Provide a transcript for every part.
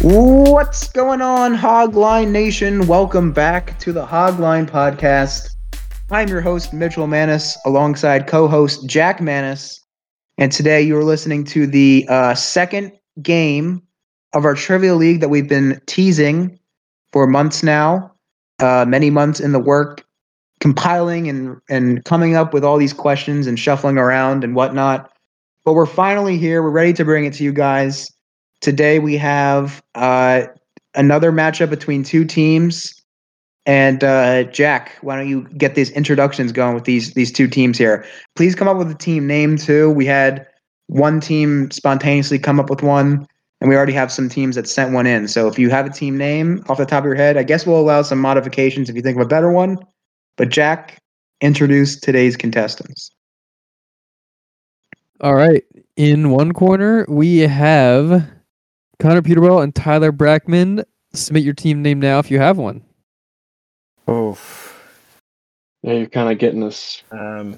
What's going on, Hogline Nation? Welcome back to the Hogline Podcast. I'm your host, Mitchell Manis, alongside co host Jack Manis. And today you're listening to the uh, second game of our Trivia League that we've been teasing for months now, uh, many months in the work, compiling and, and coming up with all these questions and shuffling around and whatnot. But we're finally here. We're ready to bring it to you guys. Today we have uh, another matchup between two teams. And uh, Jack, why don't you get these introductions going with these these two teams here? Please come up with a team name too. We had one team spontaneously come up with one, and we already have some teams that sent one in. So if you have a team name off the top of your head, I guess we'll allow some modifications if you think of a better one. But Jack, introduce today's contestants. All right. In one corner, we have Connor Peterbell and Tyler Brackman. Submit your team name now if you have one. Oof. Yeah, you're kind of getting this Um,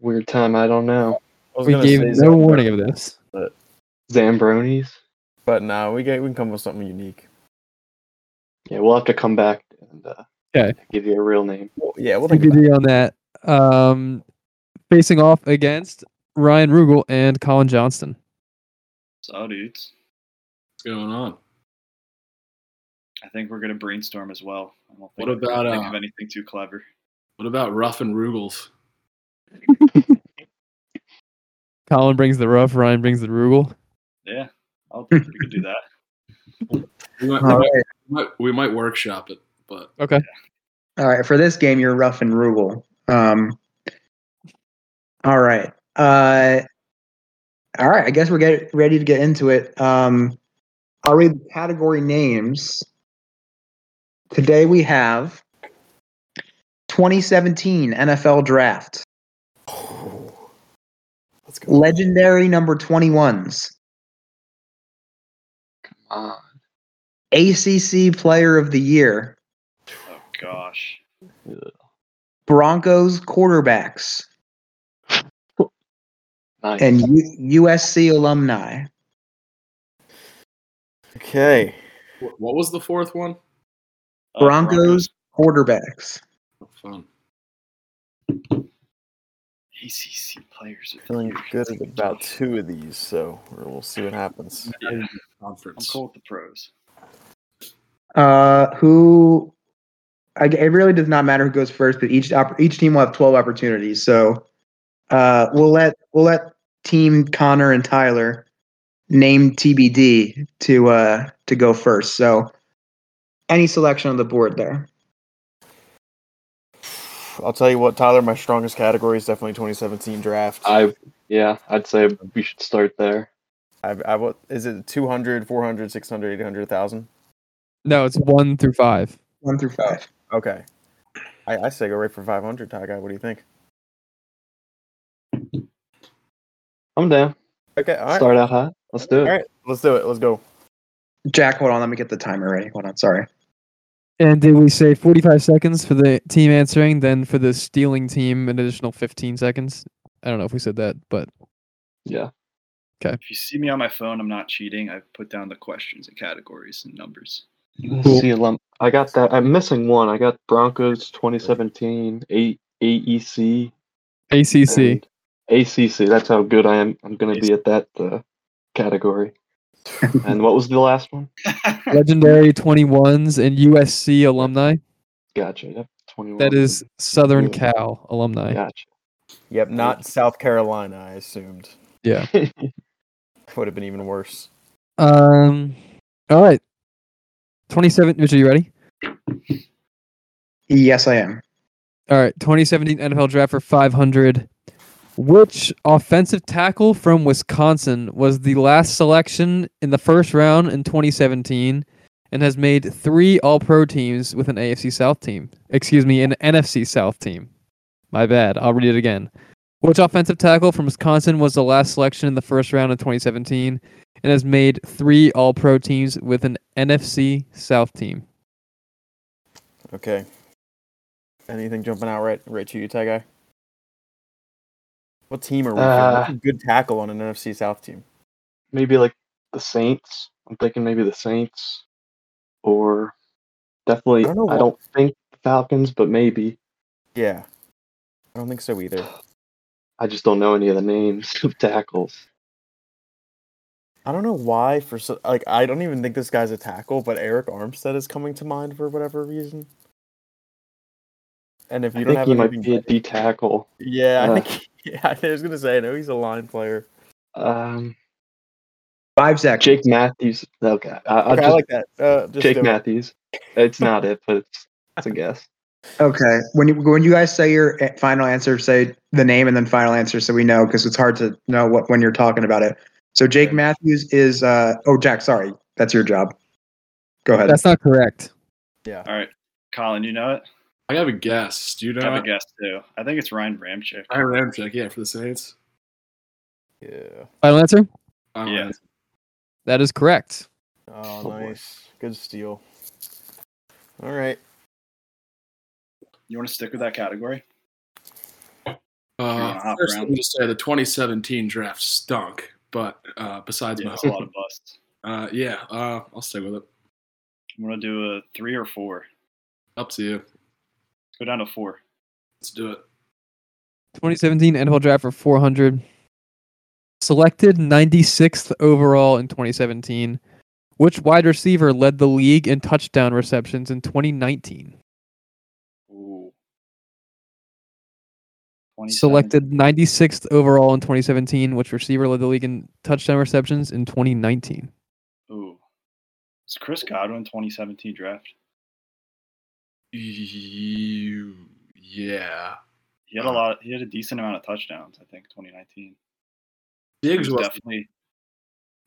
weird time. I don't know. I was We gonna gave say no Zamboni, warning of this. Zambronis. But no, we get we can come up with something unique. Yeah, we'll have to come back and uh, 'Kay. give you a real name. Well, yeah, we'll think. About TBD on that. Um, facing off against Ryan Rugel and Colin Johnston. So, dudes, what's going on? I think we're gonna brainstorm as well. I don't think What we're gonna about, think uh, of anything too clever? What about Ruff and Rugels? Colin brings the rough, Ryan brings the Rugel. Yeah, I'll, we could do that. We might, we, might, All right. we might- we might workshop it, but Okay. All right. For this game, you're rough and rugal. Um, all right. Uh, all right. I guess we're get, ready to get into it. Um, I'll read the category names. Today we have 2017 NFL Draft, Let's go. legendary number 21s, Uh, ACC Player of the Year, Oh gosh, Broncos quarterbacks, nice. and U- USC alumni. Okay. wh- what was the fourth one? Uh, Broncos quarterbacks. Oh, fun. ACC players. of the Feeling year. good at about two of these, so we'll see what happens. Yeah, I'm Conference. cool with the pros. Uh, who? I, it really does not matter who goes first, but each opp- each team will have twelve opportunities. So, uh, we'll let we'll let team Connor and Tyler name TBD to uh to go first. So, any selection on the board there. I'll tell you what, Tyler. My strongest category is definitely 2017 draft. I yeah, I'd say we should start there. I, I what is it? 200, 400, 600, 800, 1000? No, it's one through five. One through five. Okay. I, I say go right for 500, Ty guy. What do you think? I'm down. Okay. All right. start out hot. Let's do it. All right. Let's do it. Let's go. Jack, hold on. Let me get the timer ready. Hold on. Sorry. And did we say 45 seconds for the team answering, then for the stealing team, an additional 15 seconds? I don't know if we said that, but Yeah. If you see me on my phone, I'm not cheating. I've put down the questions and categories and numbers. Let's Cool. see. Lem- I got that. I'm missing one. I got Broncos 2017 A- AEC. ACC. and ACC. That's how good I am. I'm going to be at that uh, category. and what was the last one? Legendary 21s and USC alumni. Gotcha. Yep. 21. That is Southern Yeah. Cal alumni. Gotcha. Yep, not South Carolina. I assumed Yeah. would have been even worse. Um. All right. 27. Mitch, are you ready? Yes, I am. All right. 2017 NFL Draft for 500. Which offensive tackle from Wisconsin was the last selection in the first round in 2017 and has made three All Pro teams with an AFC South team? Excuse me, an NFC South team. My bad. I'll read it again. Which offensive tackle from Wisconsin was the last selection in the first round of 2017 and has made three All Pro teams with an NFC South team? Okay. Anything jumping out right right to you, Ty guy? What team are we? Uh, feeling? What's a good tackle on an NFC South team. Maybe like the Saints. I'm thinking maybe the Saints. Or definitely, I don't know I why- don't think the Falcons, but maybe. Yeah, I don't think so either. I just don't know any of the names of tackles. I don't know why. For so, like, I don't even think this guy's a tackle, but Eric Armstead is coming to mind for whatever reason. And if you I don't think have he might anything- be a D tackle. yeah, I uh, think. Yeah, I was gonna say. I know he's a line player. Um, Five seconds. Jake Matthews. Okay, I, I'll Okay, I just- like that. Uh, just Jake do it. Matthews. It's not it, but it's, it's a guess. Okay. When you when you guys say your a- final answer, say the name and then final answer, so we know because it's hard to know what when you're talking about it. So Jake Okay. Matthews is. Uh, oh, Jack. Sorry, that's your job. Go ahead. That's not correct. Yeah. All right, Colin, you know it. I have a guess. Do you I have know? a guess too. I think it's Ryan Ramchick. I ran check. Yeah, for the Saints. Yeah. Final answer? I Yeah. ran- That is correct. Oh, boy. nice. Good steal. All right. You want to stick with that category? wanna Uh, hop first, let around? me just say the 2017 draft stunk. But uh, besides Yeah, yeah, that's a lot of busts. uh, yeah, uh, I'll stick with it. I'm gonna do a three or four. Up to you. Go down to four. Let's do it. 2017 NFL Draft for 400. Selected 96th overall in 2017. Which wide receiver led the league in touchdown receptions in 2019? Ooh. 27. Selected 96th overall in 2017. Which receiver led the league in touchdown receptions in 2019? Ooh. It's Chris Godwin 2017 draft. You, yeah. He had a lot. He had a decent amount of touchdowns. I think 2019. He Diggs was was definitely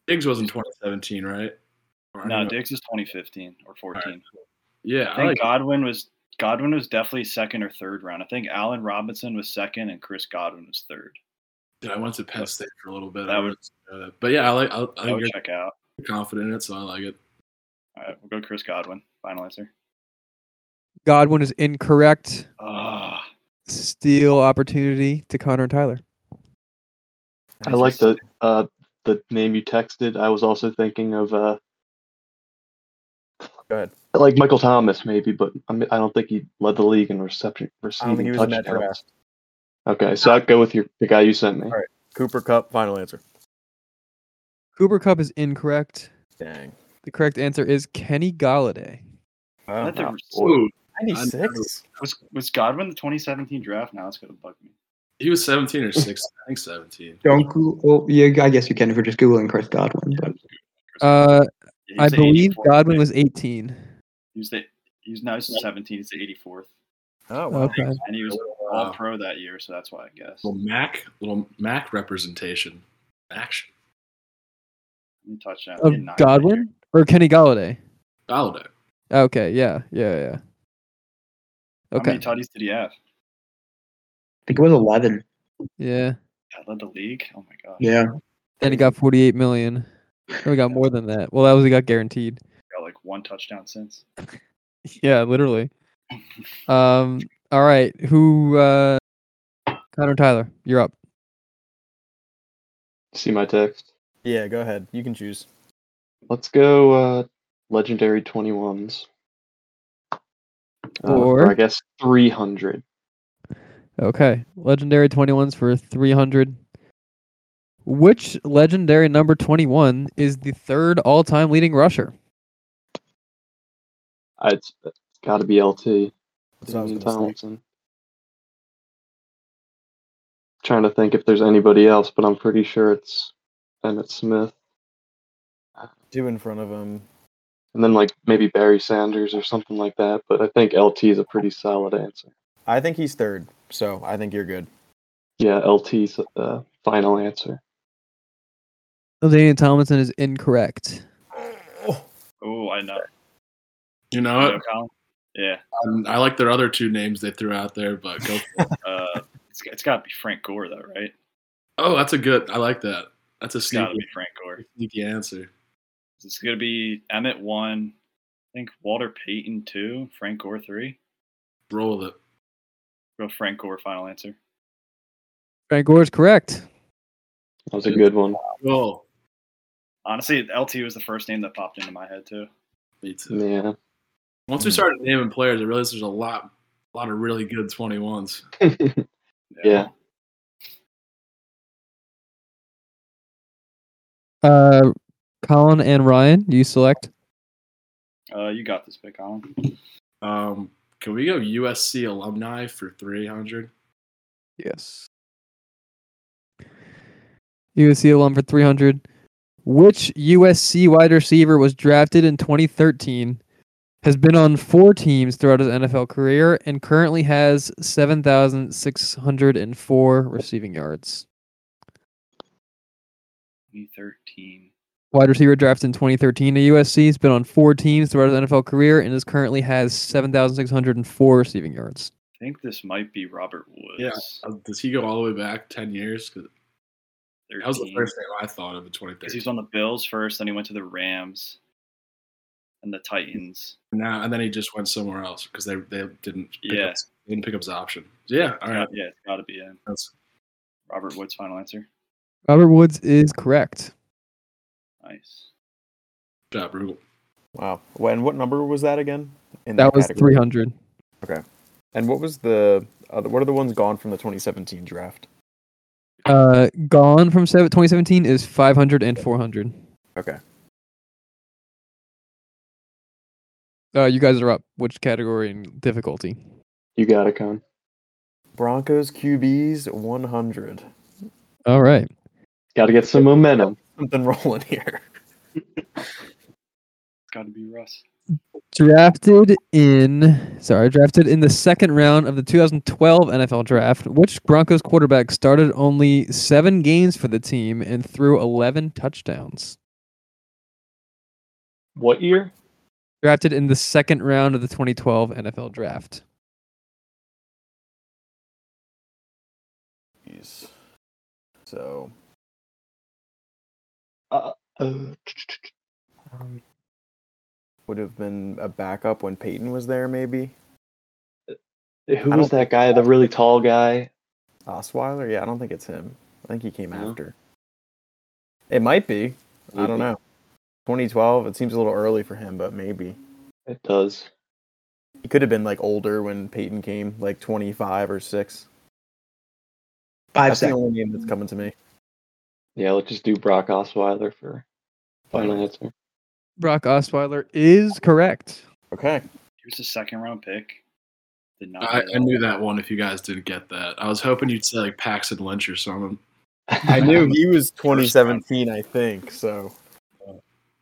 Diggs was in 2017, right? Or I no. don't know. Diggs was 2015 or 14. Yeah, I I think like, Godwin was Godwin was definitely second or third round. I think Allen Robinson was second and Chris Godwin was third. dude, I went to Penn State for a little bit. That I would- was, uh, but yeah, I like. I, I I think would you're check out. confident in it, so I like it. All right, we'll go Chris Godwin. Final answer. Godwin is incorrect. Ah, Steal opportunity to Connor and Tyler. I like the uh, the name you texted. I was also thinking of uh, Go ahead. like Michael Thomas maybe, but I, mean, I don't think he led the league in reception I don't think he receiving was in that touchdowns. draft. Okay, so I'd go with your the guy you sent me. All right. Cooper Cup. Final answer. Cooper Cup is incorrect. Dang. The correct answer is Kenny Galladay. I Wow. thought there was- Ooh, 96? was was Godwin the 2017 draft? Now it's gonna bug me. he was 17 or 16. I think 17. Don't Google. Oh, yeah, I guess you can if you're just googling Chris Godwin. But Uh, Yeah, he I was the believe 84th Godwin pick. was 18. He was the he was now he's the 17. He's the 84th, Oh, wow. Okay. and he was Wow. All Pro that year, so that's why I guess. How Little Mac, little Mac representation, action. many touchdowns? He of had nine that year. Godwin or Kenny Galladay. Galladay. Okay, yeah, yeah, yeah. How Okay, many tutties did he have? I think it was eleven. yeah. That led the league. Oh my god. Yeah. And he got 48 million. We got more than that. Well, that was he got guaranteed. Got like one touchdown since. Yeah, literally. Um. All right. Who? uh Connor Tyler, you're up. See my text. Yeah, go ahead. You can choose. Let's go. Uh, legendary 21s. Uh, Or- I guess 300. Okay. Legendary 21s for 300. Which legendary number 21 is the third all time leading rusher? Uh, It's, it's got to be LT. That's what I was gonna Damian say. Tomlinson. Trying to think if there's anybody else, but I'm pretty sure it's Emmett Smith. Two in front of him. And then, like, maybe Barry Sanders or something like that. But I think LT is a pretty solid answer. I think he's third, so I think you're good. Yeah, LT's uh, final answer. Damian Tomlinson is incorrect. Oh, I know. You You know know, it. Colin? Yeah. Um, I like their other two names they threw out there, but go. For it. Uh, it's, it's got to be Frank Gore, though, right? oh, that's a good. I like that. That's a It's got to sneaky, be Frank Gore. sneaky answer. It's going to be Emmett one. I think Walter Payton two. Frank Gore three. Roll it. Go Frank Gore. Final answer. Frank Gore is correct. That was a good one. Roll. Honestly, LT was the first name that popped into my head too. Me too. Yeah. Once we started naming players, I realized there's a lot, a lot of really good 21s. yeah. Uh, Colin and Ryan, you select. Uh, you got this, big Colin. Um, can we go USC alumni for 300? Yes. USC alum for 300. Which USC wide receiver was drafted in 2013, has been on four teams throughout his NFL career, and currently has 7,604 receiving yards? E thirteen. Wide receiver drafted in 2013 at USC, has been on four teams throughout his NFL career, and is currently has 7,604 receiving yards. I think this might be Robert Woods. Yeah. Uh, Does he go all the way back 10 years? 'Cause that was the 13. first thing I thought of in 'Cause he 2013. was on the Bills first, then he went to the Rams and the Titans. Now and then he just went somewhere else because they they didn't pick Yeah. up, they didn't pick up his option. Yeah, all right. Yeah, it's got to be in. That's- Robert Woods, final answer. Robert Woods is correct. Nice. good job, Rugel. Wow. When what number was that again? In That was category? 300. And what was the other, what are the ones gone from the 2017 draft? Uh, gone from seven, 2017 is 500 and 400. Okay. Uh, you guys are up. Which category and difficulty? You got it, Con. Broncos QBs 100. All right. Got to get some momentum. Something rolling here. It's got to be Russ. Drafted in, sorry, drafted in the second round of the 2012 NFL draft. Which Broncos quarterback started only seven games for the team and threw 11 touchdowns? What year? Drafted in the second round of the 2012 NFL draft. Jeez. So Uh, Um, would have been a backup when Peyton was there, maybe. who I was don't- that guy? The really tall guy? Osweiler? Yeah, I don't think it's him. I think he came No. after. It might be. I don't Maybe. know. 2012. It seems a little early for him, but maybe It does. he could have been like older when Peyton came, like 25 or six. Five That's the seconds. only name that's coming to me. Yeah, let's just do Brock Osweiler for final answer. Brock Osweiler is correct. Okay. He was a second round pick. Did not. I, I knew that one. If you guys didn't get that, I was hoping you'd say like Paxton Lynch or something. I knew he was 2017, I think. So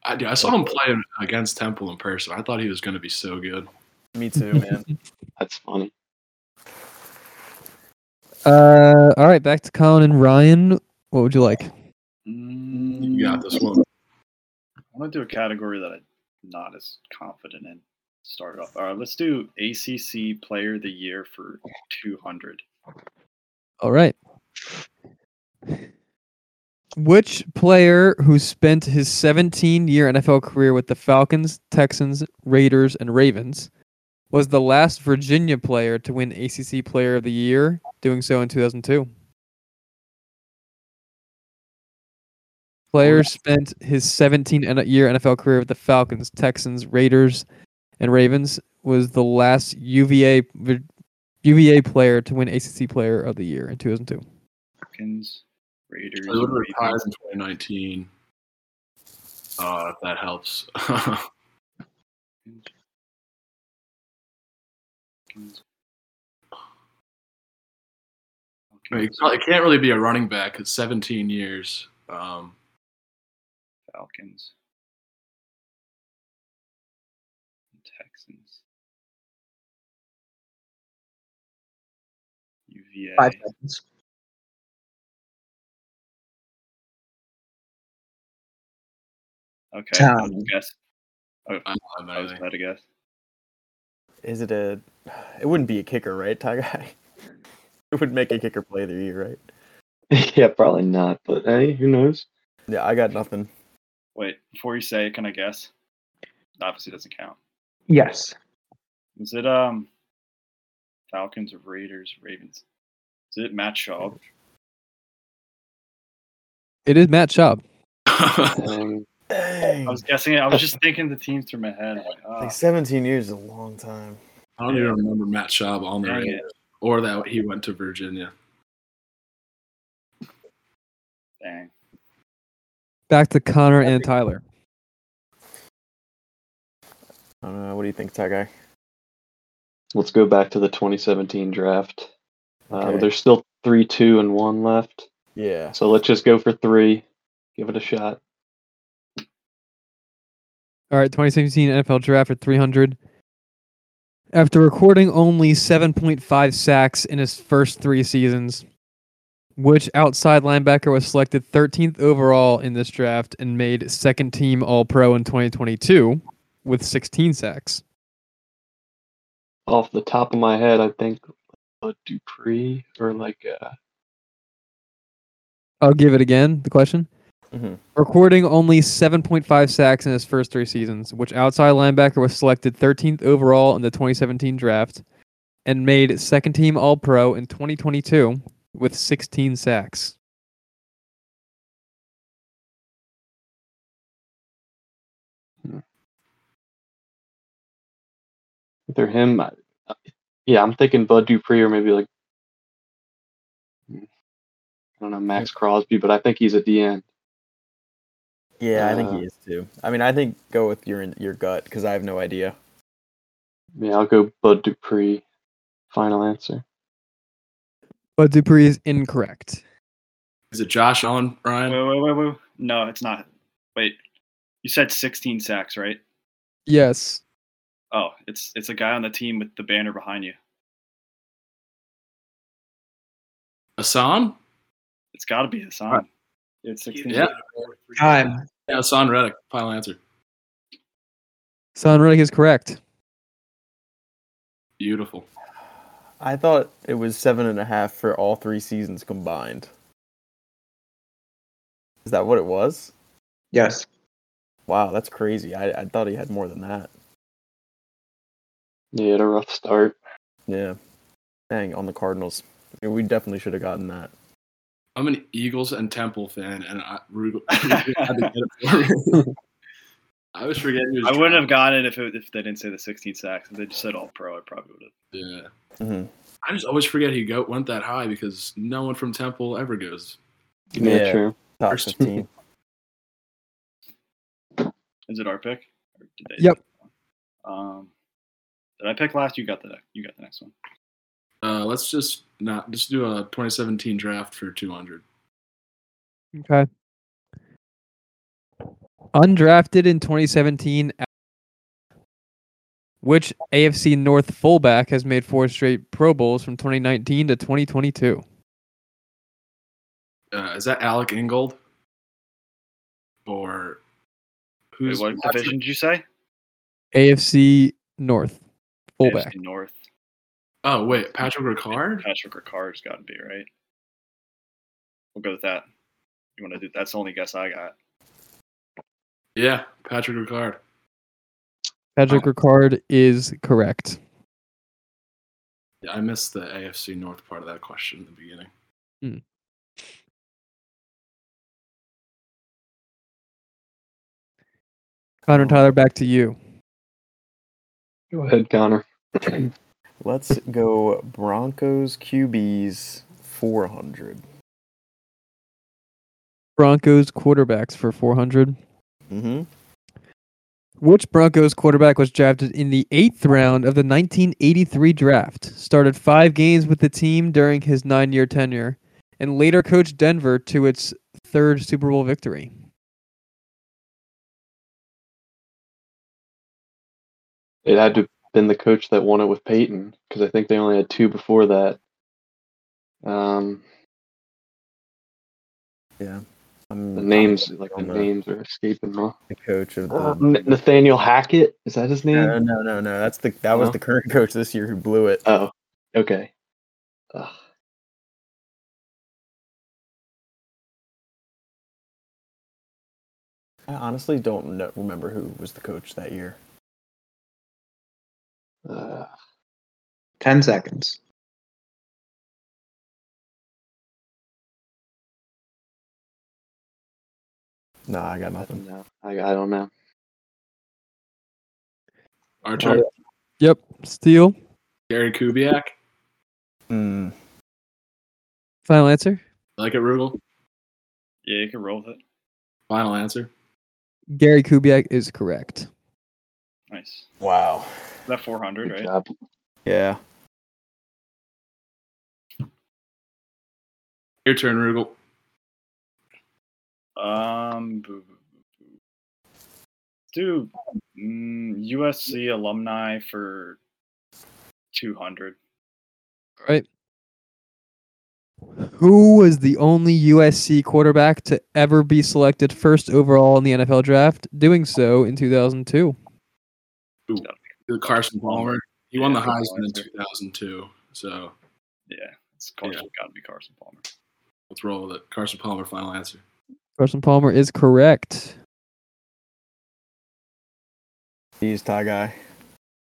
I, dude, I saw him playing against Temple in person. I thought he was going to be so good. me too, man. That's funny. Uh, all right, back to Colin and Ryan. What would you like? Mm, You got this one. I want to do a category that I'm not as confident in. Start off. All right, let's do ACC Player of the Year for 200. All right. Which player who spent his 17 year NFL career with the Falcons, Texans, Raiders, and Ravens was the last Virginia player to win ACC Player of the Year, doing so in 2002? Player spent his 17 and- year NFL career with the Falcons, Texans, Raiders, and Ravens. Was the last UVA v- UVA player to win ACC Player of the Year in 2002. Falcons, Raiders. I would have retired Ravens. in 2019. Uh, if that helps. Falcons. it Falcons, probably can't really be a running back. It's 17 years. Um, Falcons. Texans. UVA. Five seconds. Okay. I Tom. was guess. Oh, I don't know, I was really. about to guess. Is it a? It wouldn't be a kicker, right, Ty guy? It would make a kicker play of the year, right? yeah, probably not. But hey, who knows? Yeah, I got nothing. Wait, before you say, it, can I guess? Obviously, doesn't count. Yes. Is it um Falcons, Raiders, Ravens? Is it Matt Schaub? It is Matt Schaub. Um, Dang. I was guessing it. I was just thinking the teams through my head. I'm Like, ah, like 17 years is a long time. I don't even remember Matt Schaub on the Dang radio, or that he went to Virginia. dang. Back to Connor and Tyler. I don't know. What do you think, Ty guy? let's go back to the 2017 draft. Uh, Okay. there's still three, two, and one left. Yeah. So let's just go for three. Give it a shot. All right, 2017 NFL Draft at 300. After recording only 7.5 sacks in his first three seasons, which outside linebacker was selected 13th overall in this draft and made second team All Pro in 2022 with 16 sacks? Off the top of my head, I think uh, Dupree or like uh, I'll give it again. The question. Mhm. Recording only 7.5 sacks in his first three seasons, which outside linebacker was selected 13th overall in the 2017 draft and made second team All Pro in 2022 with 16 sacks. either him. I, I- yeah, I'm thinking Bud Dupree or maybe like I don't know Max Crosby, but I think he's at the end. Yeah, I think Uh, he is too. I mean, I think go with your your gut because I have no idea. Yeah, I'll go Bud Dupree. Final answer. But Dupree is incorrect. Is it Josh Allen, Wait, Ryan? wait, wait, wait. No, it's not. Wait, you said 16 sacks, right? Yes. Oh, it's it's a guy on the team with the banner behind you. Hassan? It's got to be Hassan. It's 16. Yeah. Time. Yeah, Hassan Reddick. Final answer. Son Reddick is correct. Beautiful. I thought it was seven and a half for all three seasons combined. Is that what it was? Yes. Wow, that's crazy. I, I thought he had more than that. Yeah, had a rough start. Yeah. Dang, on the Cardinals. I mean, we definitely should have gotten that. I'm an Eagles and Temple fan, and I, Rudolph, had to get it for me. I was forgetting. he was I wouldn't have drafted. gotten it if it, if they didn't say the 16 sacks. If they just said all pro, I probably would have. Yeah. hmm I just always forget he go, went that high because no one from Temple ever goes. Yeah, Yeah. true. Top First- 15. Is it our pick? Or did they Yep. Um, did I pick last? You got the you got the next one. Uh, let's just not just do a 2017 draft for 200. Okay. Undrafted in 2017, which AFC North fullback has made four straight Pro Bowls from 2019 to 2022? Uh, is that Alec Ingold? Or Wait, who's what division did you say? AFC North fullback. AFC North. Oh wait, Patrick Ricard. Patrick Ricard's got to be right. We'll go with that. You want to do? That's the only guess I got. Yeah, Patrick Ricard. Patrick Ricard is correct. Yeah, I missed the AFC North part of that question in the beginning. Connor and Tyler, back to you. Go ahead, Connor. Let's go Broncos QBs 400. Broncos quarterbacks for 400. Mm-hmm. Which Broncos quarterback was drafted in the eighth round of the 1983 draft, started five games with the team during his nine year tenure, and later coached Denver to its third Super Bowl victory? It had to have been the coach that won it with Peyton because I think they only had two before that. Um, Yeah. the names, like the names, are escaping me. The coach of the. Uh, N- Nathaniel Hackett is that his name? no, no, no, no. That's the that was No? the current coach this year who blew it. Oh, okay. Ugh. I honestly don't know, remember who was the coach that year. Uh, 10 seconds. No, I got nothing. no, I, I don't know. Archer, Yep. Steele, Gary Kubiak. Mm. final answer. Like it, Rugel. Yeah, you can roll with it. Final answer. Gary Kubiak is correct. Nice. Wow. Is that 400, Good right? job. Yeah. Your turn, Rugel. Um, boo, boo, boo, boo. do mm, USC alumni for 200. All right. Who was the only USC quarterback to ever be selected first overall in the NFL draft, doing so in 2002? The Carson Palmer. He won Yeah, the good Heisman in answer. 2002. So Yeah, it's Carson. Got to be Carson Palmer. let's roll with it. Carson Palmer, final answer. Carson Palmer is correct. He's Ty guy.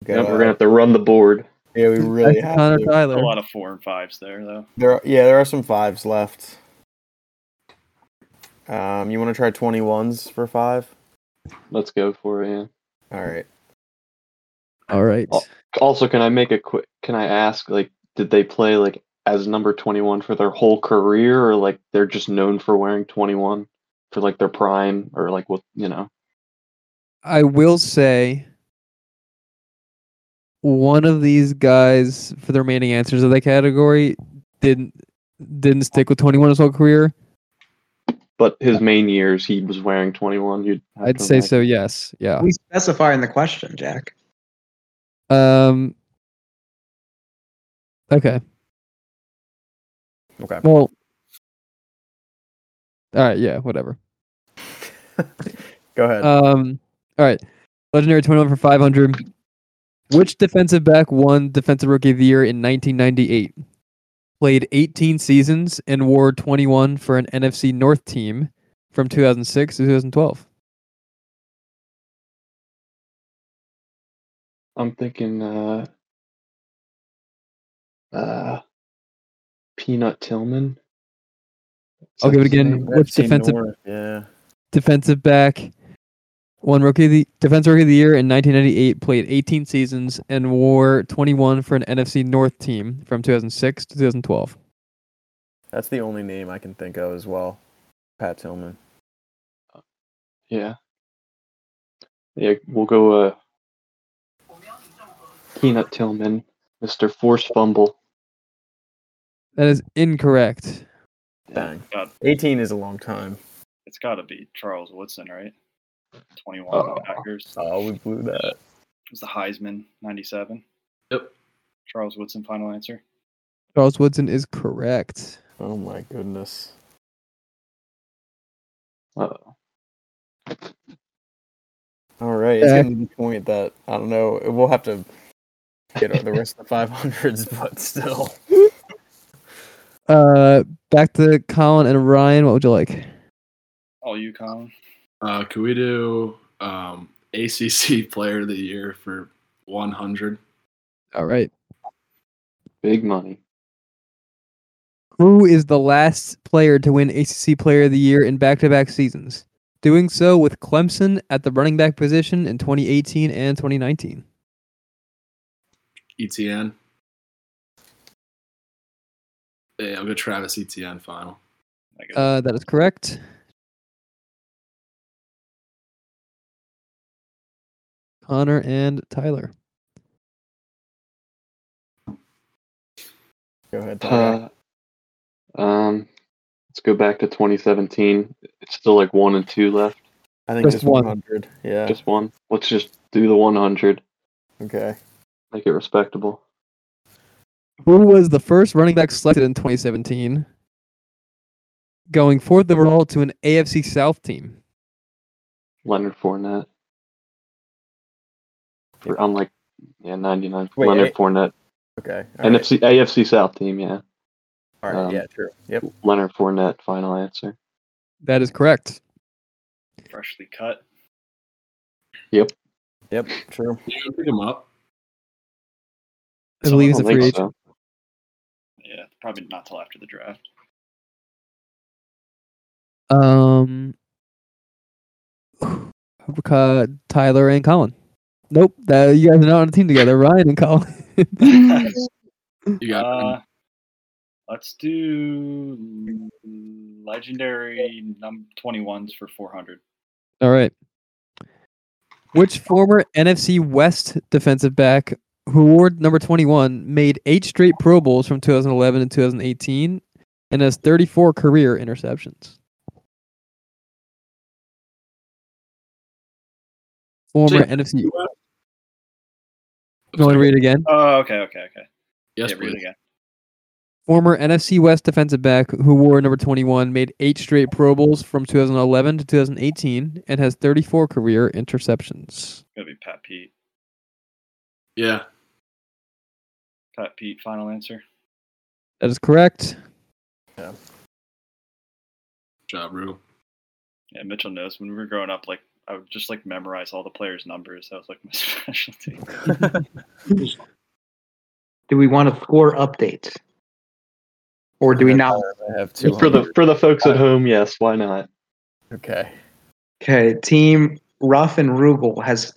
Yep, Got, we're uh, gonna have to run the board. yeah, we really Back to have Connor to. A Tyler. lot of four and fives there, though. There, are, yeah, there are some fives left. Um, you want to try twenty ones for five? Let's go for it. Yeah. All right. All right. Oh. Also, can I make a quick? Can I ask? Like, did they play like as number twenty one for their whole career, or like they're just known for wearing twenty one for like their prime, or like what you know? I will say one of these guys for the remaining answers of that category didn't didn't stick with 21 his whole career. But his main years, he was wearing twenty one. You'd have I'd to say imagine. so. Yes. Yeah. We specify in the question, Jack. Um. Okay. Okay. Well. All right. Yeah. Whatever. Go ahead. Uh, Um. All right. Legendary twenty-one for five hundred. Which defensive back won Defensive Rookie of the Year in 1998? Played 18 seasons and wore 21 for an NFC North team from 2006 to 2012. I'm thinking. uh uh Peanut Tillman. Is I'll that give it his again. name? Which Let's see, defensive Nor- Yeah. defensive back. Won rookie of the defensive rookie of the year in 1998. Played 18 seasons and wore 21 for an NFC North team from 2006 to 2012. That's the only name I can think of as well. Pat Tillman. Yeah. Yeah, we'll go uh Peanut Tillman, Mr. Force Fumble. That is incorrect. Dang. God. 18 is a long time. It's got to be Charles Woodson, right? 21 Oh. Packers. It Oh, we blew that. was the Heisman, 97. Yep. Charles Woodson, final answer. Charles Woodson is correct. Oh my goodness. Uh, All right. It's Yeah. getting to the point that I don't know. We'll have to get the rest of the 500s, but still. Uh, back to Colin and Ryan. What would you like? All Oh, you, Colin. Uh, can we do um, ACC Player of the Year for 100? All right. big money. Who is the last player to win ACC Player of the Year in back-to-back seasons? doing so with Clemson at the running back position in 2018 and 2019. ETN. Yeah, I'll go Travis ETN final. I guess. Uh, that is correct. Connor and Tyler. Go ahead. Tyler. Uh, um, let's go back to 2017. It's still like one and two left. I think just just one. 100. Yeah. Just one. Let's just do the 100. okay. Make it respectable. Who was the first running back selected in 2017? Going fourth overall to an AFC South team. Leonard Fournette. For, I'm like, yeah, 99. Wait, Leonard eh, Fournette. Okay. All right. NFC, AFC South team, yeah. All right. um, yeah. True. Yep. Leonard Fournette, final answer. That is correct. freshly cut. Yep. True. Yeah, I'll pick him up. I believe he's I a don't think free agent. so. Yeah, probably not till after the draft. Um, uh, Tyler and Colin. Nope, that, you guys are not on a team together. Ryan and Colin. You got Uh, let's do legendary num twenty ones for four hundred. All right. Which former NFC West defensive back who wore number 21 made eight straight Pro Bowls from 2011 and 2018 and has 34 career interceptions? Former Jake- NFC. You want to read it again? Oh, okay, okay, okay. Yes, yeah, read it please. again. Former NFC West defensive back who wore number 21 made eight straight Pro Bowls from 2011 to 2018 and has 34 career interceptions. It's gonna be Pat Pete. Yeah. Pat Pete, final answer. That is correct. Job rule. Yeah, Mitchell knows. When we were growing up, like I would just like memorize all the players' numbers. That was like my specialty. Do we want a score update? Or do we not? I have two. For the for the folks at home, yes, why not? Okay. Okay, team Ruff and Ruble has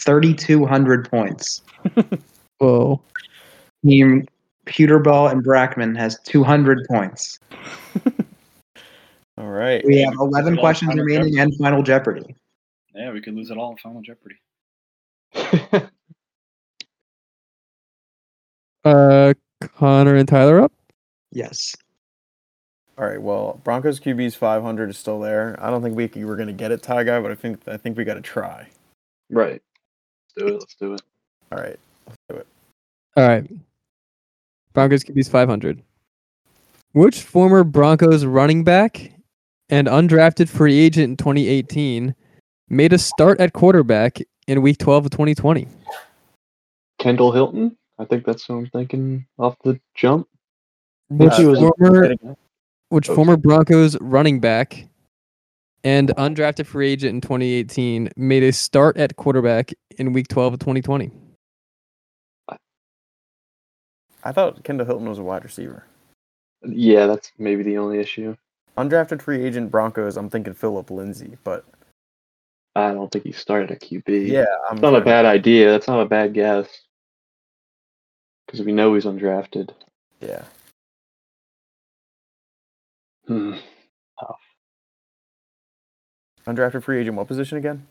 3,200 points. Whoa. Team Peterball and Brackman has 200 points. All right. We have 11 Final questions Jeopardy. remaining and Final Jeopardy. yeah, we could lose it all in Final Jeopardy. Uh, Connor and Tyler up. Yes. All right. Well, Broncos QB's 500 is still there. I don't think we were going to get it, Ty guy, but I think I think we got to try. right. Let's do it. Let's do it. All right. All right. Broncos QB's 500. Which former Broncos running back and undrafted free agent in 2018 made a start at quarterback in week 12 of 2020? Kendall Hilton. I think that's what I'm thinking off the jump. Which he was- former, which Oh, former Broncos running back and undrafted free agent in 2018 made a start at quarterback in week 12 of 2020? I thought Kendall Hilton was a wide receiver. Yeah, that's maybe the only issue. Undrafted free agent Broncos. I'm thinking Philip Lindsay, but I don't think he started at QB. yeah, I'm It's not a trying- bad idea. That's not a bad guess. Because we know he's undrafted. Yeah. Hmm. Undrafted free agent. What position again?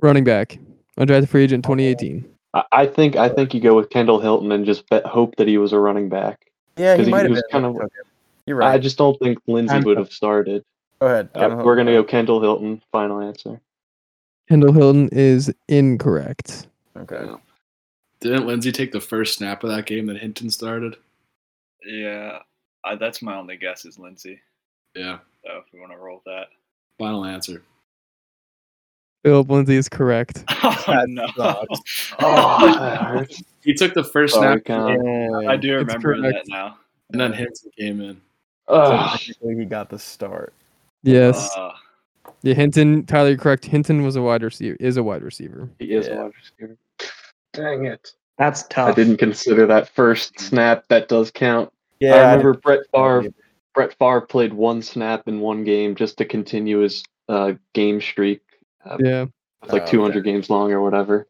Running back, undrafted free agent in 2018. I, I think I think you go with Kendall Hilton and just bet, hope that he was a running back. Yeah, 'Cause he he might have was been. kind of- Okay. You're I right. just don't think Lindsey I'm- would have started. go ahead. Uh, Kendall we're Hilton. gonna go Kendall Hilton. Final answer. Kendall Hilton is incorrect. Okay. Didn't Lindsay take the first snap of that game that Hinton started? Yeah, I, that's my only guess is Lindsay. Yeah. So if we want to roll that. Final answer. Philip Lindsay is correct. Oh, no. sucks. Oh, He took the first Sorry, snap, Connor. I do It's remember that correct. now. and then Hinton came in. Ugh. Technically, he got the start. Yes. Uh, yeah, Hinton, Tyler, you're correct. Hinton was a wide receiver is a wide receiver. He is Yeah. a wide receiver. Dang it. That's I tough. didn't consider that first snap. That does count. Yeah. I remember Brett I Favre. did. Brett Favre played one snap in one game just to continue his uh, game streak. Uh, Yeah. It's like Oh, 200 games long or whatever.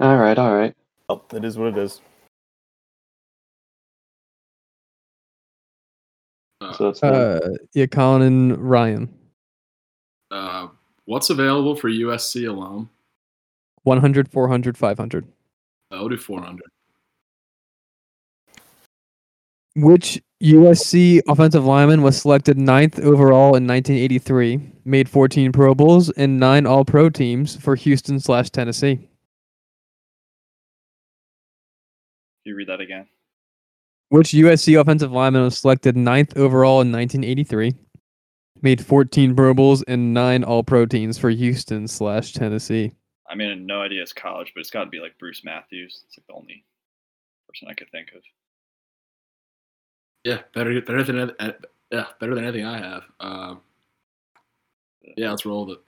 All right, all right. Oh, it is what it is. So that's them. Uh, yeah, Colin and Ryan. Uh, what's available for USC alum? 100, 400, 500. I'll Oh, do 400. Which USC offensive lineman was selected ninth overall in 1983, made 14 Pro Bowls and nine All Pro teams for Houston slash Tennessee. you read that again? Which USC offensive lineman was selected ninth overall in 1983, made 14 Pro Bowls and nine All Pro teams for Houston slash Tennessee. I mean, I have no idea it's college, but it's got to be like Bruce Matthews. It's like the only person I could think of. Yeah, better better than uh, yeah better than anything I have. Um, yeah, let's roll with it.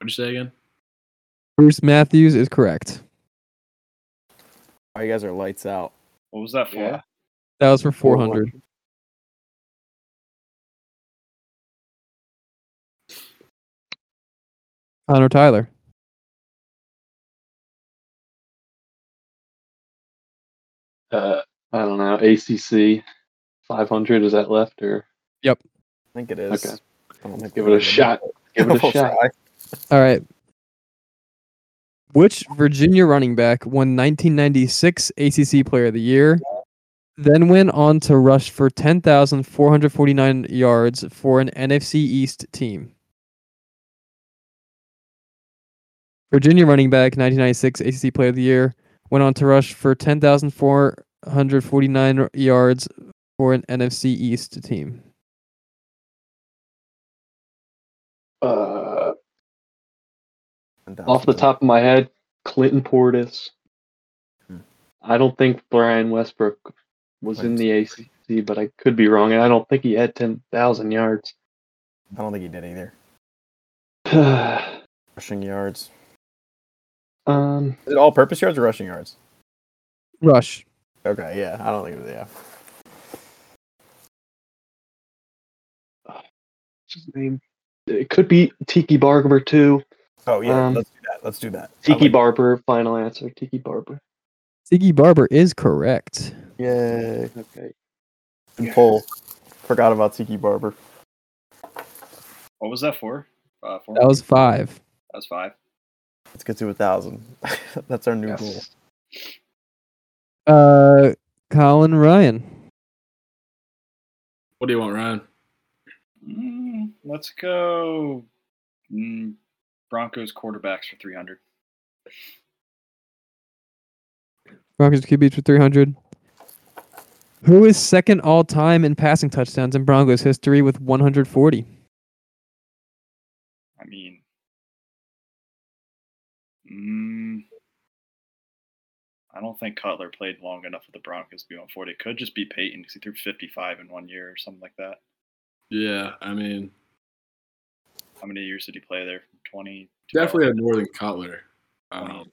What'd you say again? Bruce Matthews is correct. Oh, you guys are lights out. What was that for? Yeah. That was for 400. Connor Tyler. Uh, I don't know. ACC 500 is that left or I think it is. Okay. I don't think Give we it a need to- shot. Give it a We'll shot. try. All right. Which Virginia running back won 1996 ACC Player of the Year, then went on to rush for 10,449 yards for an NFC East team? Virginia running back 1996 ACC Player of the Year went on to rush for 10,449 yards for an NFC East team. Uh, off the top of my head, Clinton Portis. Hmm. I don't think Brian Westbrook was in the ACC, but I could be wrong. And I don't think he had 10,000 yards. I don't think he did either. um, Rushing yards. Is it all-purpose yards or rushing yards? Rush. Okay, yeah. I don't think it was. Yeah. what's his name? It could be Tiki Barber too. Oh yeah. Um, let's do that. Let's do that. I Tiki like- Barber, final answer. Tiki Barber. Ziggy Barber is correct. Yay. Okay. Good pull. Forgot about Tiki Barber. What was that for? Uh, four? That was five. That was five. Let's get to a thousand. That's our new goal. Yes. Uh, Colin Ryan. What do you want, Ryan? Mm, let's go. Mm, Broncos quarterbacks for 300. Broncos QBs for 300. Who is second all time in passing touchdowns in Broncos history with 140? I mean, mm, I don't think Cutler played long enough with the Broncos to be on 40. It could just be Peyton because he threw 55 in one year or something like that. Yeah, I mean How many years did he play there? From 20, definitely had more than Cutler. Um,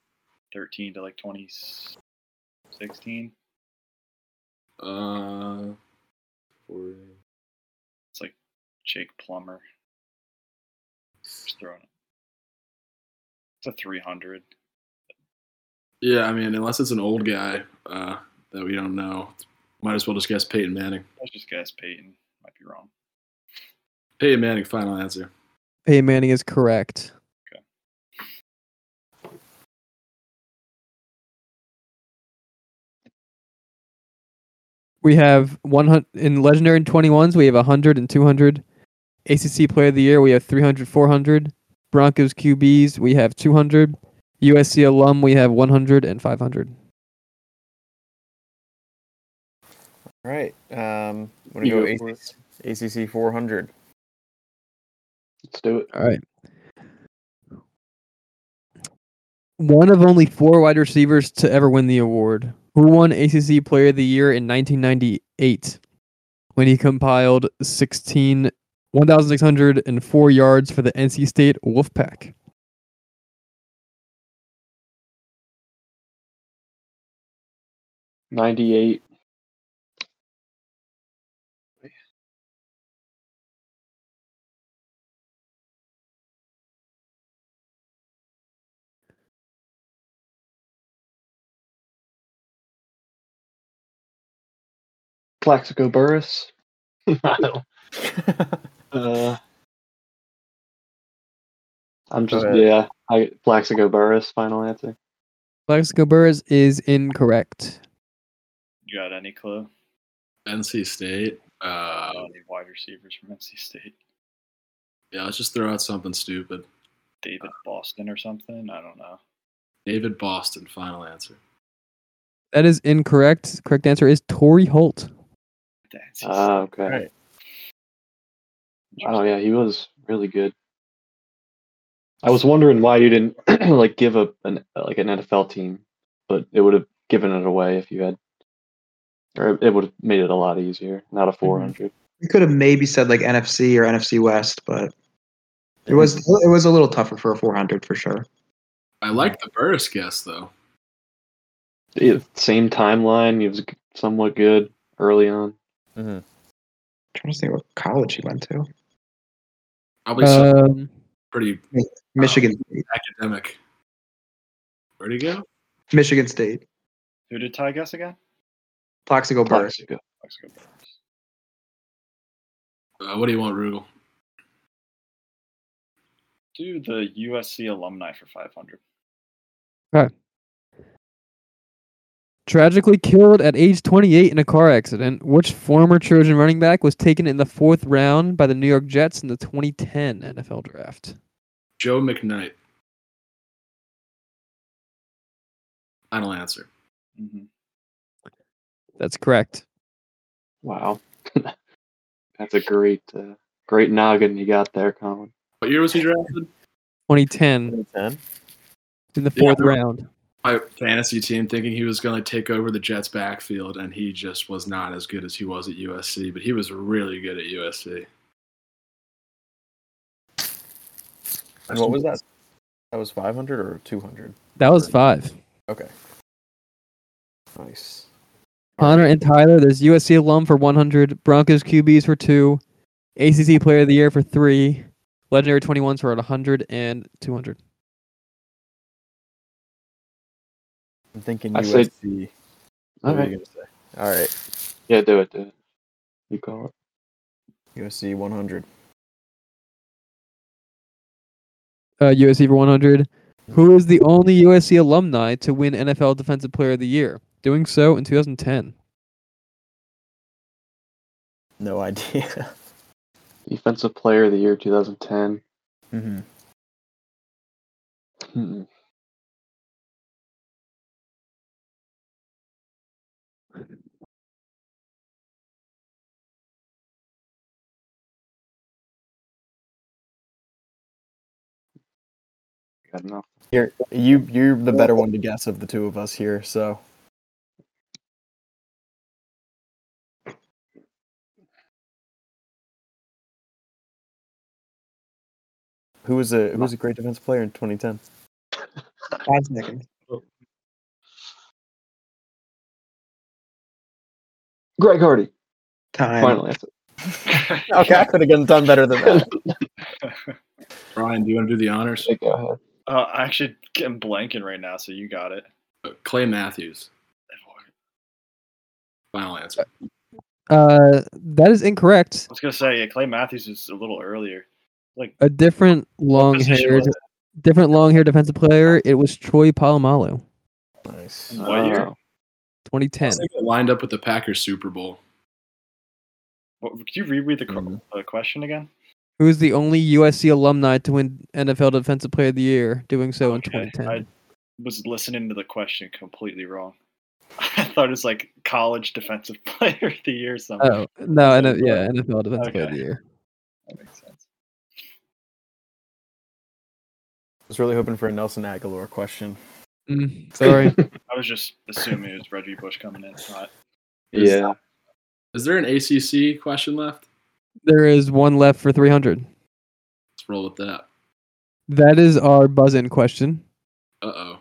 2013 to like 2016. uh, for- It's like Jake Plummer. Just throwing it. It's a 300. yeah, I mean unless it's an old guy uh, that we don't know, might as well just guess Peyton Manning. Let's just guess Peyton. Might be wrong. Peyton Manning, final answer. Peyton Manning is correct. We have 100 in legendary 21s, we have 100 and 200. ACC player of the year, we have 300, 400. Broncos QBs, we have 200. USC alum, we have 100 and 500. All right. Um, I'm You gonna go go for ACC, ACC 400. Let's do it. All right. One of only four wide receivers to ever win the award, who won ACC Player of the Year in 1998 when he compiled 16 1,604 yards for the NC State Wolfpack. Ninety-eight. Plaxico Burris. I don't- uh, I'm just ahead. yeah. I Plaxico Burris. Final answer. Plaxico Burris is incorrect. You got any clue? NC State. Uh, any wide receivers from NC State? yeah, let's just throw out something stupid. David Boston or something? I don't know. David Boston. Final answer. That is incorrect. Correct answer is Tory Holt. That's Uh, Ah, okay. Right. Oh yeah, he was really good. I was wondering why you didn't like give a an like an NFL team, but it would have given it away if you had, or it would have made it a lot easier. Not Mm-hmm. a four We could have maybe said like NFC or NFC West, but it was it was a little tougher for a 400 for sure. I like the Burris guess though. Same timeline. He was g- somewhat good early on. trying to think what college he went to. Probably something Um, pretty Michigan State. academic. Where'd he go? Michigan State. Who did Ty guess again? Plaxico Burris. Plaxico. Mexico Burns. Uh, what do you want, Rugel? Do the USC alumni for 500. tragically killed at age 28 in a car accident, which former Trojan running back was taken in the fourth round by the New York Jets in the 2010 NFL Draft? Joe McKnight. Final answer. Mm-hmm. That's correct. Wow, that's a great uh, great noggin you got there, Colin. What year was he drafted? 2010 10. in the Yeah, fourth they're- round. My fantasy team thinking he was going to take over the Jets backfield, and he just was not as good as he was at USC, but he was really good at USC. And what was that? That was 500 or 200? That was five. Okay. Nice. Connor and Tyler, there's USC alum for 100, Broncos QBs for two, ACC Player of the Year for three, Legendary 21s for 100 and 200. I'm thinking I said- USC. What All were you right. going to say? All right. Yeah, do it. Do it. You call it. USC 100. Uh, USC for 100, who is the only USC alumni to win NFL Defensive Player of the Year, doing so in 2010. No idea. Defensive Player of the Year 2010. mm-hmm. Hmm. Got enough. You're, you, you're the better one to guess of the two of us here, so. Who was a who was a great defensive player in 2010? Five seconds. Oh. Greg Hardy. Time. Final answer. Okay, I could have done better than that. Ryan, do you want to do the honors? Okay, Go ahead. Uh, I actually am blanking right now, so you got it. Uh, Clay Matthews. Final answer. Uh, that is incorrect. I was gonna say yeah, Clay Matthews is a little earlier. Like A different position long-haired, was it? different long-haired defensive player. It was Troy Polamalu, Nice. Uh, In what year? Uh, Oh, 2010. I think it lined up with the Packers Super Bowl. What, could you reread the qu- mm-hmm. uh, question again? Who is the only USC alumni to win NFL Defensive Player of the Year, doing so in Okay, 2010? I was listening to the question completely wrong. I thought it was like college defensive player of the year or something. Oh no, N- yeah, NFL Defensive Player of the Okay. Year. That makes sense. I was really hoping for a Nelson Aguilar question. Mm, sorry. I was just assuming it was Reggie Bush coming in. Not, Is- Yeah. Is there an ACC question left? there is one left for 300. Let's roll with that. That is our buzz-in question. Uh oh.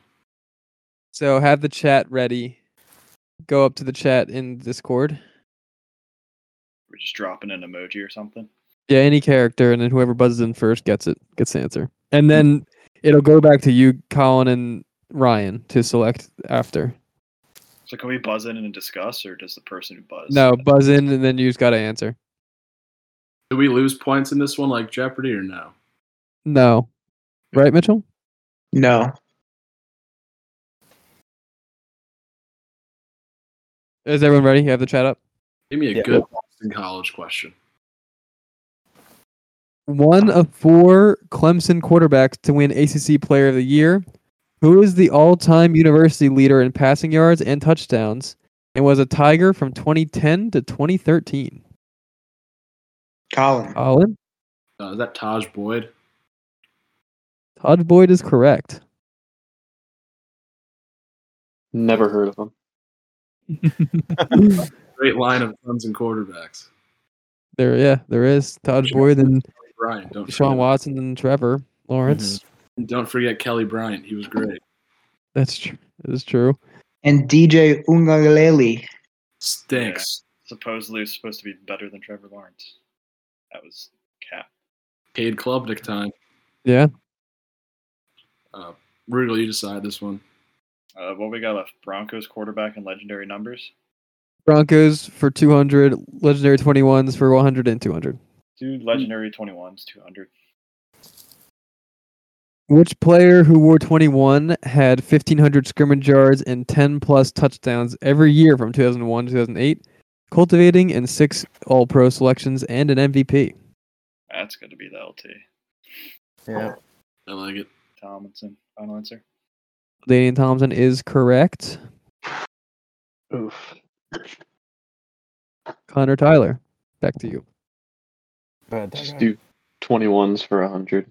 So have the chat ready. Go up to the chat in Discord. we're just dropping an emoji or something. Yeah, any character, and then whoever buzzes in first gets it, gets the answer. And then it'll go back to you, Colin, and Ryan to select after. So can we buzz in and discuss, or does the person who buzzed? No, buzz in and then you just got to answer. Do we lose points in this one, like Jeopardy, or no? No. Right, Mitchell? No. Is everyone ready? You have the chat up. Give me a Yeah. good Boston College question. One of four Clemson quarterbacks to win ACC Player of the Year. Who is the all time university leader in passing yards and touchdowns and was a Tiger from 2010 to 2013? Colin. Colin? Uh, is that Taj Boyd? Todd Boyd is correct. Never heard of him. Great line of guns and quarterbacks. There, yeah, there is. Todd Boyd and Bryant, don't Sean forget, Watson and Trevor Lawrence. don't forget Kelly Bryant. He was great. That's true. That is true. And DJ Ungalele. Stinks. Supposedly, was supposed to be better than Trevor Lawrence. That was cap. Cade Klubnik time. Yeah. Uh, Rugal, you decide this one. Uh, what we got left? Broncos quarterback and legendary numbers. Broncos for 200, legendary 21s for 100 and 200. Two legendary twenty ones, two hundred. Which player who wore 21 had 1,500 scrimmage yards and 10 plus touchdowns every year from 2001 to 2008, cultivating in six All Pro selections and an MVP? That's going to be the LT. Yeah. I like it. Tomlinson. Final answer. Daniel Thompson is correct. Oof. Connor Tyler, back to you. Just do 21s for 100.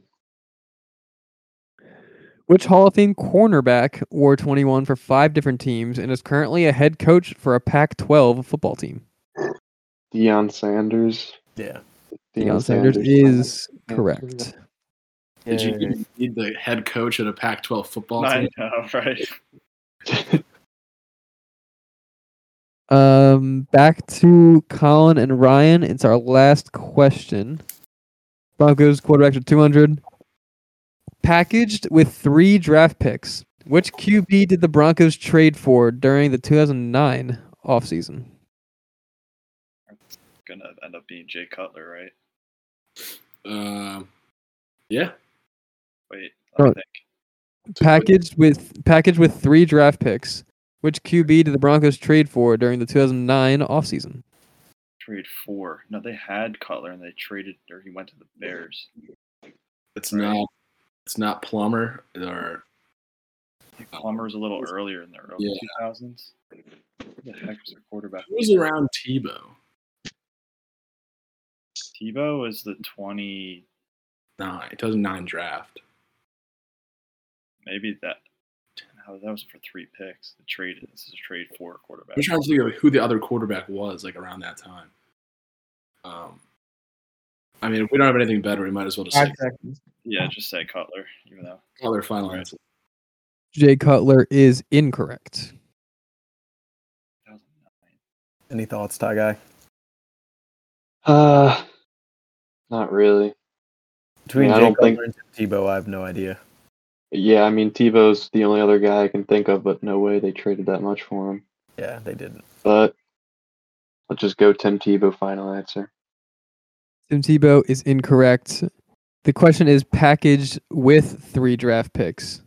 Which Hall of Fame cornerback wore 21 for five different teams and is currently a head coach for a Pac 12 football team? Deion Sanders. Yeah. Deion Sanders is correct. Did you Yeah. even need the head coach at a Pac 12 football I team? know, right? Um, back to Colin and Ryan. It's our last question. Broncos quarterback to 200. Packaged with three draft picks, which QB did the Broncos trade for during the 2009 offseason? Gonna end up being Jay Cutler, right? Uh, yeah. Wait, I Oh. think Packaged with packaged with three draft picks, which QB did the Broncos trade for during the 2009 offseason? trade four. No, they had Cutler and they traded, or he went to the Bears. It's not. It's not Plummer or I think Plummer was a little earlier in the early Yeah. 2000s. Who the heck was their quarterback? It was around Tebow. Tebow was the 20, Nah, it doesn't nine draft. maybe that. no, that was for three picks. The trade. This is a trade for a quarterback. I'm trying to think of who the other quarterback was like around that time. Um, I mean, if we don't have anything better, we might as well just Five say seconds. Yeah, just say Cutler, even though other final answer. Jay Cutler is incorrect. 2009. Any thoughts, Ty Guy? Uh, not really. Between Yeah, I Jay don't Cutler think- and Tim Tebow, I have no idea. Yeah, I mean Tebow's the only other guy I can think of, but no way they traded that much for him. Yeah, they didn't. But let's just go Tim Tebow. Final answer. Tim Tebow is incorrect. The question is packaged with three draft picks.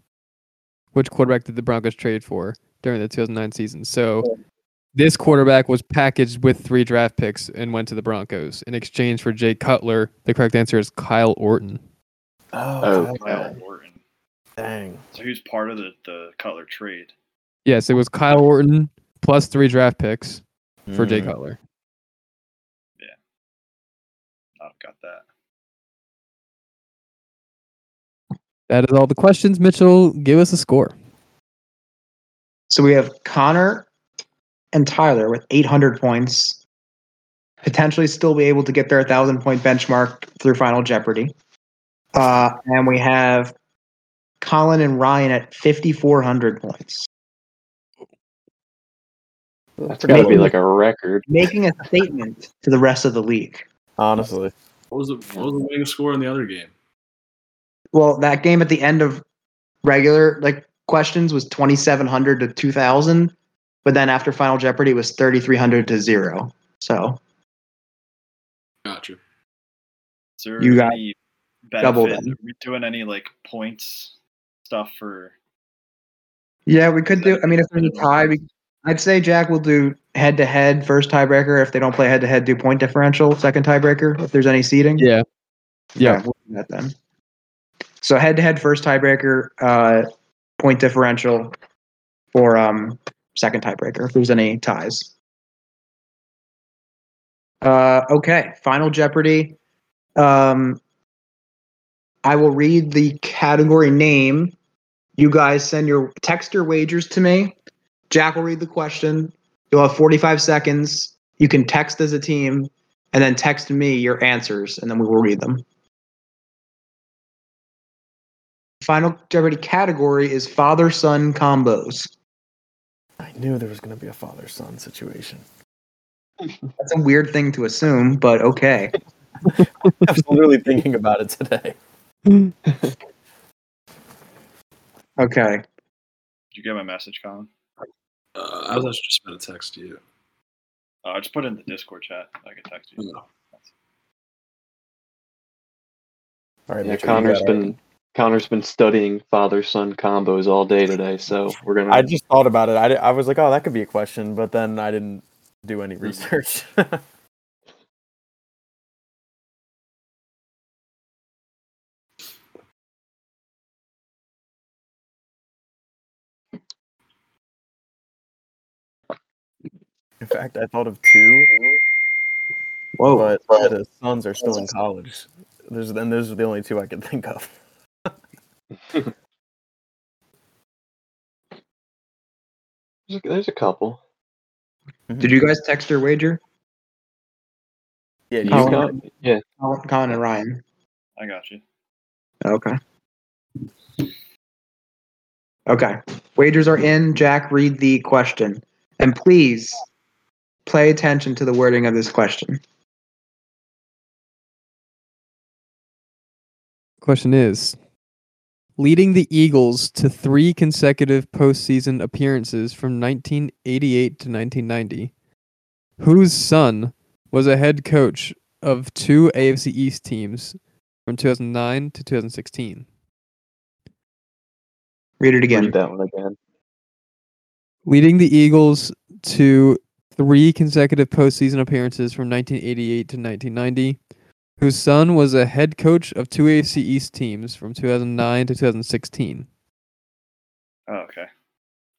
Which quarterback did the Broncos trade for during the 2009 season? So this quarterback was packaged with three draft picks and went to the Broncos in exchange for Jay Cutler. The correct answer is Kyle Orton. Oh, Kyle okay. Kyle Allen. Orton. Dang. So who's part of the, the Cutler trade? Yes, it was Kyle Orton plus three draft picks for Mm. Jay Cutler. I've got that. That is all the questions. Mitchell, give us a score. So we have Connor and Tyler with 800 points. Potentially still be able to get their 1,000 point benchmark through Final Jeopardy. Uh, and we have Colin and Ryan at 5,400 points, That's got to be like a record. making a statement to the rest of the league. Hmm. Honestly. What was the what was the winning score in the other game? Well, that game at the end of regular like questions was 2,700 to 2,000. But then after Final Jeopardy, it was 3,300 to zero. So Gotcha. Is there You got any double benefit? then. Are we doing any like points stuff for? yeah, we could do. I mean, if there's a tie, we, I'd say Jack will do head to head first tiebreaker. If they don't play head to head, do point differential second tiebreaker. If there's any seeding, Yeah. Yeah. Okay, we'll do that then. So head to head first tiebreaker, uh, point differential for um, second tiebreaker if there's any ties. Uh, okay, Final Jeopardy. Um, I will read the category name. You guys send your text your wagers to me. Jack will read the question. You'll have 45 seconds. You can text as a team and then text me your answers and then we will read them. Final Jeopardy category is father son combos. I knew there was going to be a father son situation. That's a weird thing to assume, but okay. I was literally thinking about it today. Okay. Did you get my message, Colin? Uh, I was actually just about to text you. Uh, I just put it in the Discord chat. I can text you. All right, Mitchell, Yeah, you Connor's got it. been Connor's been studying father son combos all day today, so we're gonna. I just thought about it. I, di- I was like, oh, that could be a question, but then I didn't do any research. In fact, I thought of two, Whoa. but the sons are still in college. There's and those are the only two I could think of. there's a, there's a couple. Did you guys text your wager? Yeah, You you Oh, can- got- yeah, Colin Colin and Ryan. I got you. Okay. Okay. Wagers are in. Jack, read the question. And please pay attention to the wording of this question. Question is leading the Eagles to three consecutive postseason appearances from 1988 to 1990. Whose son was a head coach of two AFC East teams from 2009 to 2016? Read it read again. that one again. Leading the Eagles to three consecutive postseason appearances from 1988 to 1990. Whose son was a head coach of two AFC East teams from 2009 to 2016. Oh, okay.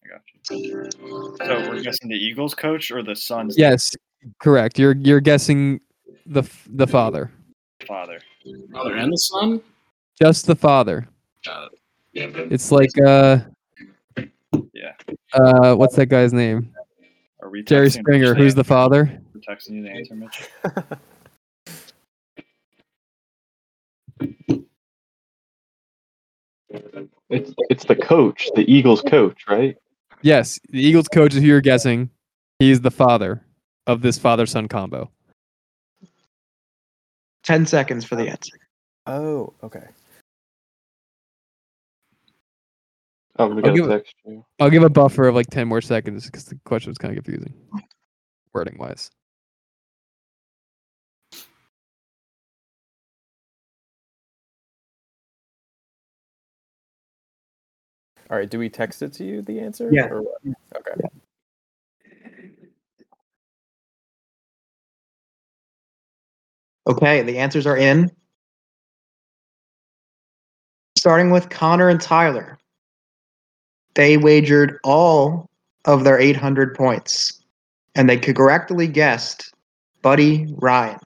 I got you. So we're guessing the Eagles coach or the Suns Yes, correct. You're you're guessing the f- the father, father. Father and the son? just the father. Got it. It's like uh Yeah. uh what's that guy's name? Are we Jerry texting Springer. Who's the father? We're texting you the answer, Mitch? It's it's the coach, the Eagles coach, right? Yes, the Eagles coach is who you're guessing. He is the father of this father son combo. 10 seconds for the answer. Oh, okay. I'm gonna I'll go give it- text you. I'll give a buffer of like 10 more seconds because the question was kind of confusing, wording wise. All right, do we text it to you the answer? Yeah. Or what? Okay. Okay, the answers are in. Starting with Connor and Tyler. They wagered all of their 800 points, and they correctly guessed Buddy Ryan.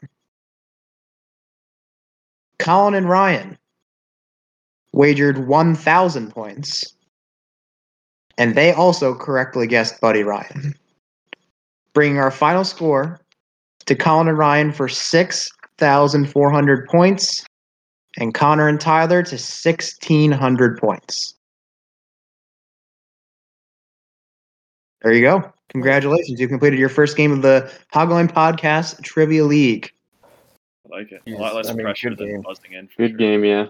Colin and Ryan wagered 1,000 points, and they also correctly guessed Buddy Ryan, bringing our final score to Colin and Ryan for 6,400 points and Connor and Tyler to 1,600 points. There you go. Congratulations. You completed your first game of the Hogline Podcast Trivia League. I like it. A Yes, lot less I mean, pressure good than game. buzzing in. For Good sure. game, yeah.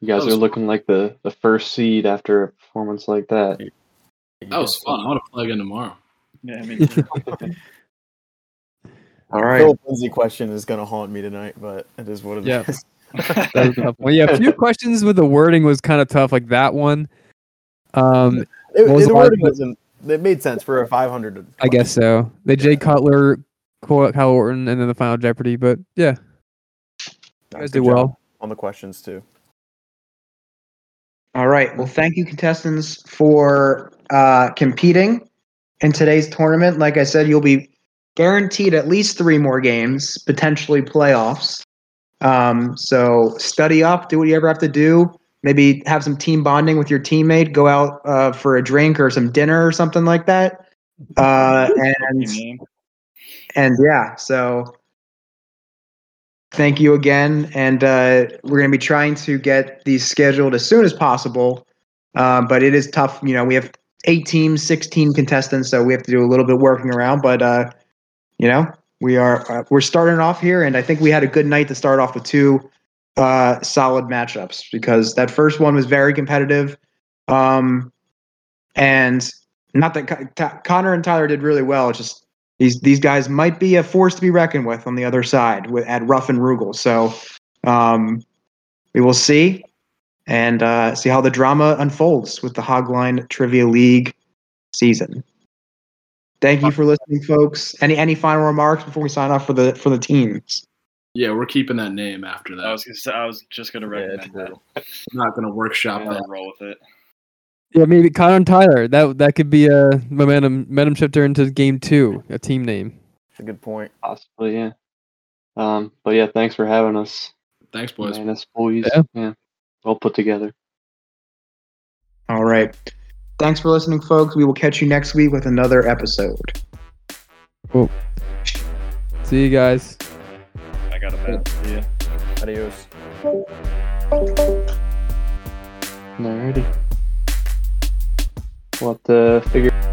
You guys That was are looking like the the first seed after a performance like that. You That was guys- fun. I want to play again tomorrow. Yeah, I mean, All The right. Phil Lindsay question is going to haunt me tonight, but it is what it is. Yeah. That was a tough one. Yeah, a few questions with the wording was kind of tough, like that one. Um, It, What was the the wording last- wasn't. It made sense for a 500. I guess so. They Jay Cutler, Kyle Kyle Orton, and then the final Jeopardy. But yeah, you Nice, guys good did job well. on the questions too. All right. Well, thank you, contestants, for uh, competing in today's tournament. Like I said, you'll be guaranteed at least three more games, potentially playoffs. Um, so study up, do what you ever have to do. Maybe have some team bonding with your teammate, go out uh, for a drink or some dinner or something like that. Uh, and name. and yeah, so thank you again. And uh, we're going to be trying to get these scheduled as soon as possible. Uh, but it is tough. You know, we have eight teams, 16 contestants, so we have to do a little bit working around. But, uh, you know, we are uh, we're starting off here, and I think we had a good night to start off with two uh, solid matchups because that first one was very competitive, um, and not that Con- Con- Connor and Tyler did really well. It's just these these guys might be a force to be reckoned with on the other side with, at Ruff and Rugal. So um, we will see and uh, see how the drama unfolds with the Hogline Trivia League season. Thank you for listening, folks. Any any final remarks before we sign off for the for the teams? Yeah, we're keeping that name after that. I was, gonna say, I was just gonna Yeah, it's recommend that. brutal. not going to workshop I'm that. gonna roll with it. Yeah, maybe Connor and Tyler. That that could be a momentum momentum shifter into game two, a team name. It's a good point. Possibly, yeah. Um, but yeah, thanks for having us, Thanks, boys. man. Us boys, Yeah. yeah, well put together. All right. Thanks for listening, folks. We will catch you next week with another episode. See you guys. I got a bet. Yeah. Adios. Alrighty. We'll have to figure.